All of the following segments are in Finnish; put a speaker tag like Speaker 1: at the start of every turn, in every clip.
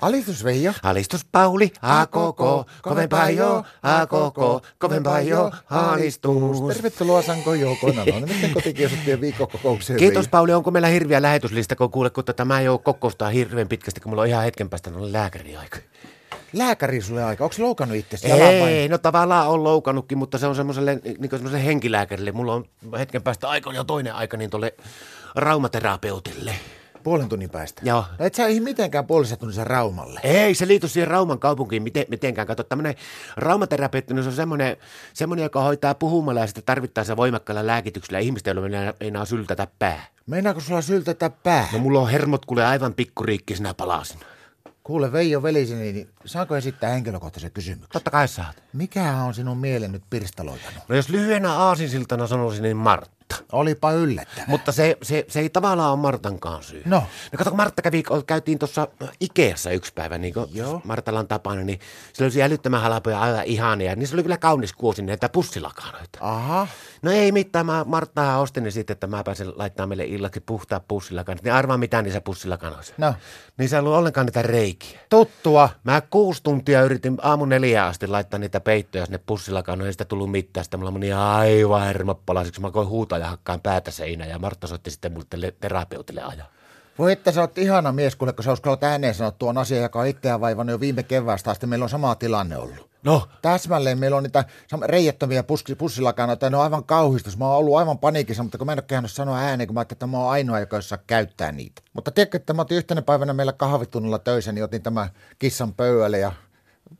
Speaker 1: Alistus Veijo.
Speaker 2: Alistus Pauli, a koko, kovempaa jo, a koko, kovempaa jo, alistus.
Speaker 1: Tervetuloa Sanko Joukona. No nyt kotikiusattujen viikkokokoukseen.
Speaker 2: Kiitos
Speaker 1: Veijo.
Speaker 2: Pauli, onko meillä hirviä lähetyslista, kun kuule, kun tämä ei ole kokousta hirveän pitkästi, kun mulla on ihan hetken päästä noin lääkäriaika.
Speaker 1: Lääkäri sulle aika. Onko loukannut itsesi? jalan vai-
Speaker 2: Ei, no tavallaan on loukannutkin, mutta se on semmoiselle, niin semmoiselle henkilääkärille. Mulla on hetken päästä aika ja toinen aika, niin tuolle raumaterapeutille.
Speaker 1: Puolen tunnin päästä.
Speaker 2: Joo.
Speaker 1: No et sä ei mitenkään puolessa tunnissa Raumalle.
Speaker 2: Ei, se liity siihen Rauman kaupunkiin miten, mitenkään. Kato, tämmöinen raumaterapeutti, niin se on semmoinen, semmoinen, joka hoitaa puhumalla ja sitten tarvittaessa voimakkaalla lääkityksellä ihmistä, joilla meinaa, meinaa syltätä pää.
Speaker 1: Meinaako sulla syltätä pää?
Speaker 2: No mulla on hermot kuule aivan pikkuriikkisenä palasina.
Speaker 1: Kuule Veijo veliseni, niin saanko esittää henkilökohtaisen kysymyksen?
Speaker 2: Totta kai saat.
Speaker 1: Mikä on sinun mielen nyt pirstaloitanut?
Speaker 2: No jos lyhyenä aasinsiltana sanoisin, niin Martta.
Speaker 1: Olipa yllättävää.
Speaker 2: Mutta se, se, se ei tavallaan ole Martankaan syy.
Speaker 1: No.
Speaker 2: No kato, kun Martta kävi, käytiin tuossa Ikeassa yksi päivä, niin kuin Martalla on tapana, niin se löysi älyttömän halpoja, aivan ihania. Niissä oli kyllä kaunis kuosi niin näitä pussilakanoita.
Speaker 1: Aha.
Speaker 2: No ei mitään, mä Marttaa ostin ne sitten, että mä pääsen laittaa meille illaksi puhtaa pussilakanat. Niin arvaa mitään niissä pussilakanoissa.
Speaker 1: No.
Speaker 2: Niissä ei ollut ollenkaan niitä reikiä.
Speaker 1: Tuttua.
Speaker 2: Mä kuusi tuntia yritin aamu neljään asti laittaa niitä peittoja sinne pussilakanoon, ei sitä tullut mitään. Sitten mulla meni aivan hermot palasiksi. Mä koin huutaa ja hakkaan päätä seinään ja Martta soitti sitten mulle tele- terapeutille ajaa.
Speaker 1: Voi että sä oot ihana mies, kuule, kun sä uskallat ääneen sanoa tuon asian, joka on itseään vaivannut jo viime keväästä asti. Meillä on sama tilanne ollut.
Speaker 2: No,
Speaker 1: Täsmälleen meillä on niitä sam- reijettömiä puski- pussilakanoita, ne on aivan kauhistus. Mä oon ollut aivan paniikissa, mutta kun mä en ole kehannut sanoa ääneen, kun mä ajattelin, että mä oon ainoa, joka ei saa käyttää niitä. Mutta tiedätkö, että mä otin yhtenä päivänä meillä kahvitunnilla töissä, niin otin tämän kissan pöydälle ja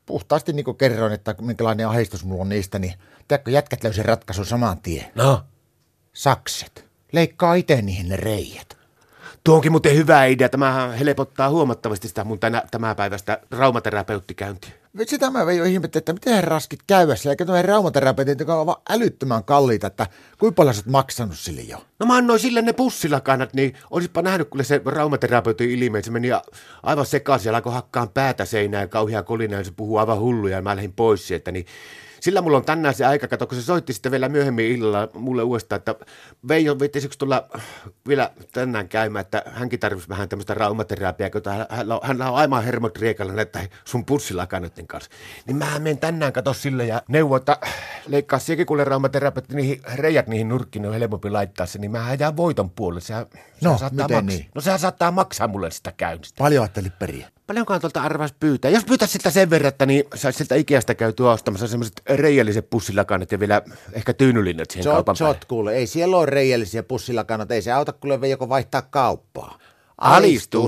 Speaker 1: puhtaasti niin kuin kerroin, että minkälainen ahdistus mulla on niistä, niin tiedätkö, jätkät löysin ratkaisun saman tien.
Speaker 2: no.
Speaker 1: Sakset. Leikkaa itse niihin ne reijät.
Speaker 2: Tuo onkin muuten hyvä idea. Tämähän helpottaa huomattavasti sitä mun tänä, tämän päivästä raumaterapeuttikäyntiä.
Speaker 1: Sitä mä jo ihmettelin, että miten raskit käydä siellä, eikä tuohon raumaterapeutit, joka on vaan älyttömän kalliita, että kuinka paljon sä oot maksanut sille jo?
Speaker 2: No mä annoin sille ne pussilakanat, niin olisitpa nähnyt kyllä se raumaterapeutin ilmeen. Se meni a- aivan sekaisin ja alkoi hakkaan päätä seinään ja kauhea kolina ja se puhuu aivan hulluja ja mä lähdin pois sieltä. Niin sillä mulla on tänään se aika, kato, kun se soitti sitten vielä myöhemmin illalla mulle uudestaan, että Veijo viittisikö tulla vielä tänään käymään, että hänkin tarvitsisi vähän tämmöistä raumaterapiaa, kun tää- hänellä on, hänellä on aivan hermot riekalla näitä sun pussilakanoiden kanssa. Niin mä menen tänään kato sille ja neuvo, että leikkaa sekin kuule raumaterapeutti niihin reijät niihin nurkkiin, ne on helpompi laittaa se, niin mä jään voiton puolelle. Sehän,
Speaker 1: No,
Speaker 2: sehän saattaa
Speaker 1: miten
Speaker 2: maksaa.
Speaker 1: niin?
Speaker 2: No sehän saattaa maksaa mulle sitä käynnistä.
Speaker 1: Paljon ajattelit periä.
Speaker 2: Paljonkohan tuolta arvas pyytää? Jos pyytäisi siltä sen verran, että niin saisi siltä Ikeasta käytyä ostamassa semmoiset reijälliset pussilakannat ja vielä ehkä tyynylinnat siihen
Speaker 1: Sot,
Speaker 2: kaupan päälle.
Speaker 1: sot, kuule, ei siellä ole reijällisiä pussilla kannata, ei se auta kuule joko vaihtaa kauppaa.
Speaker 2: Alistus.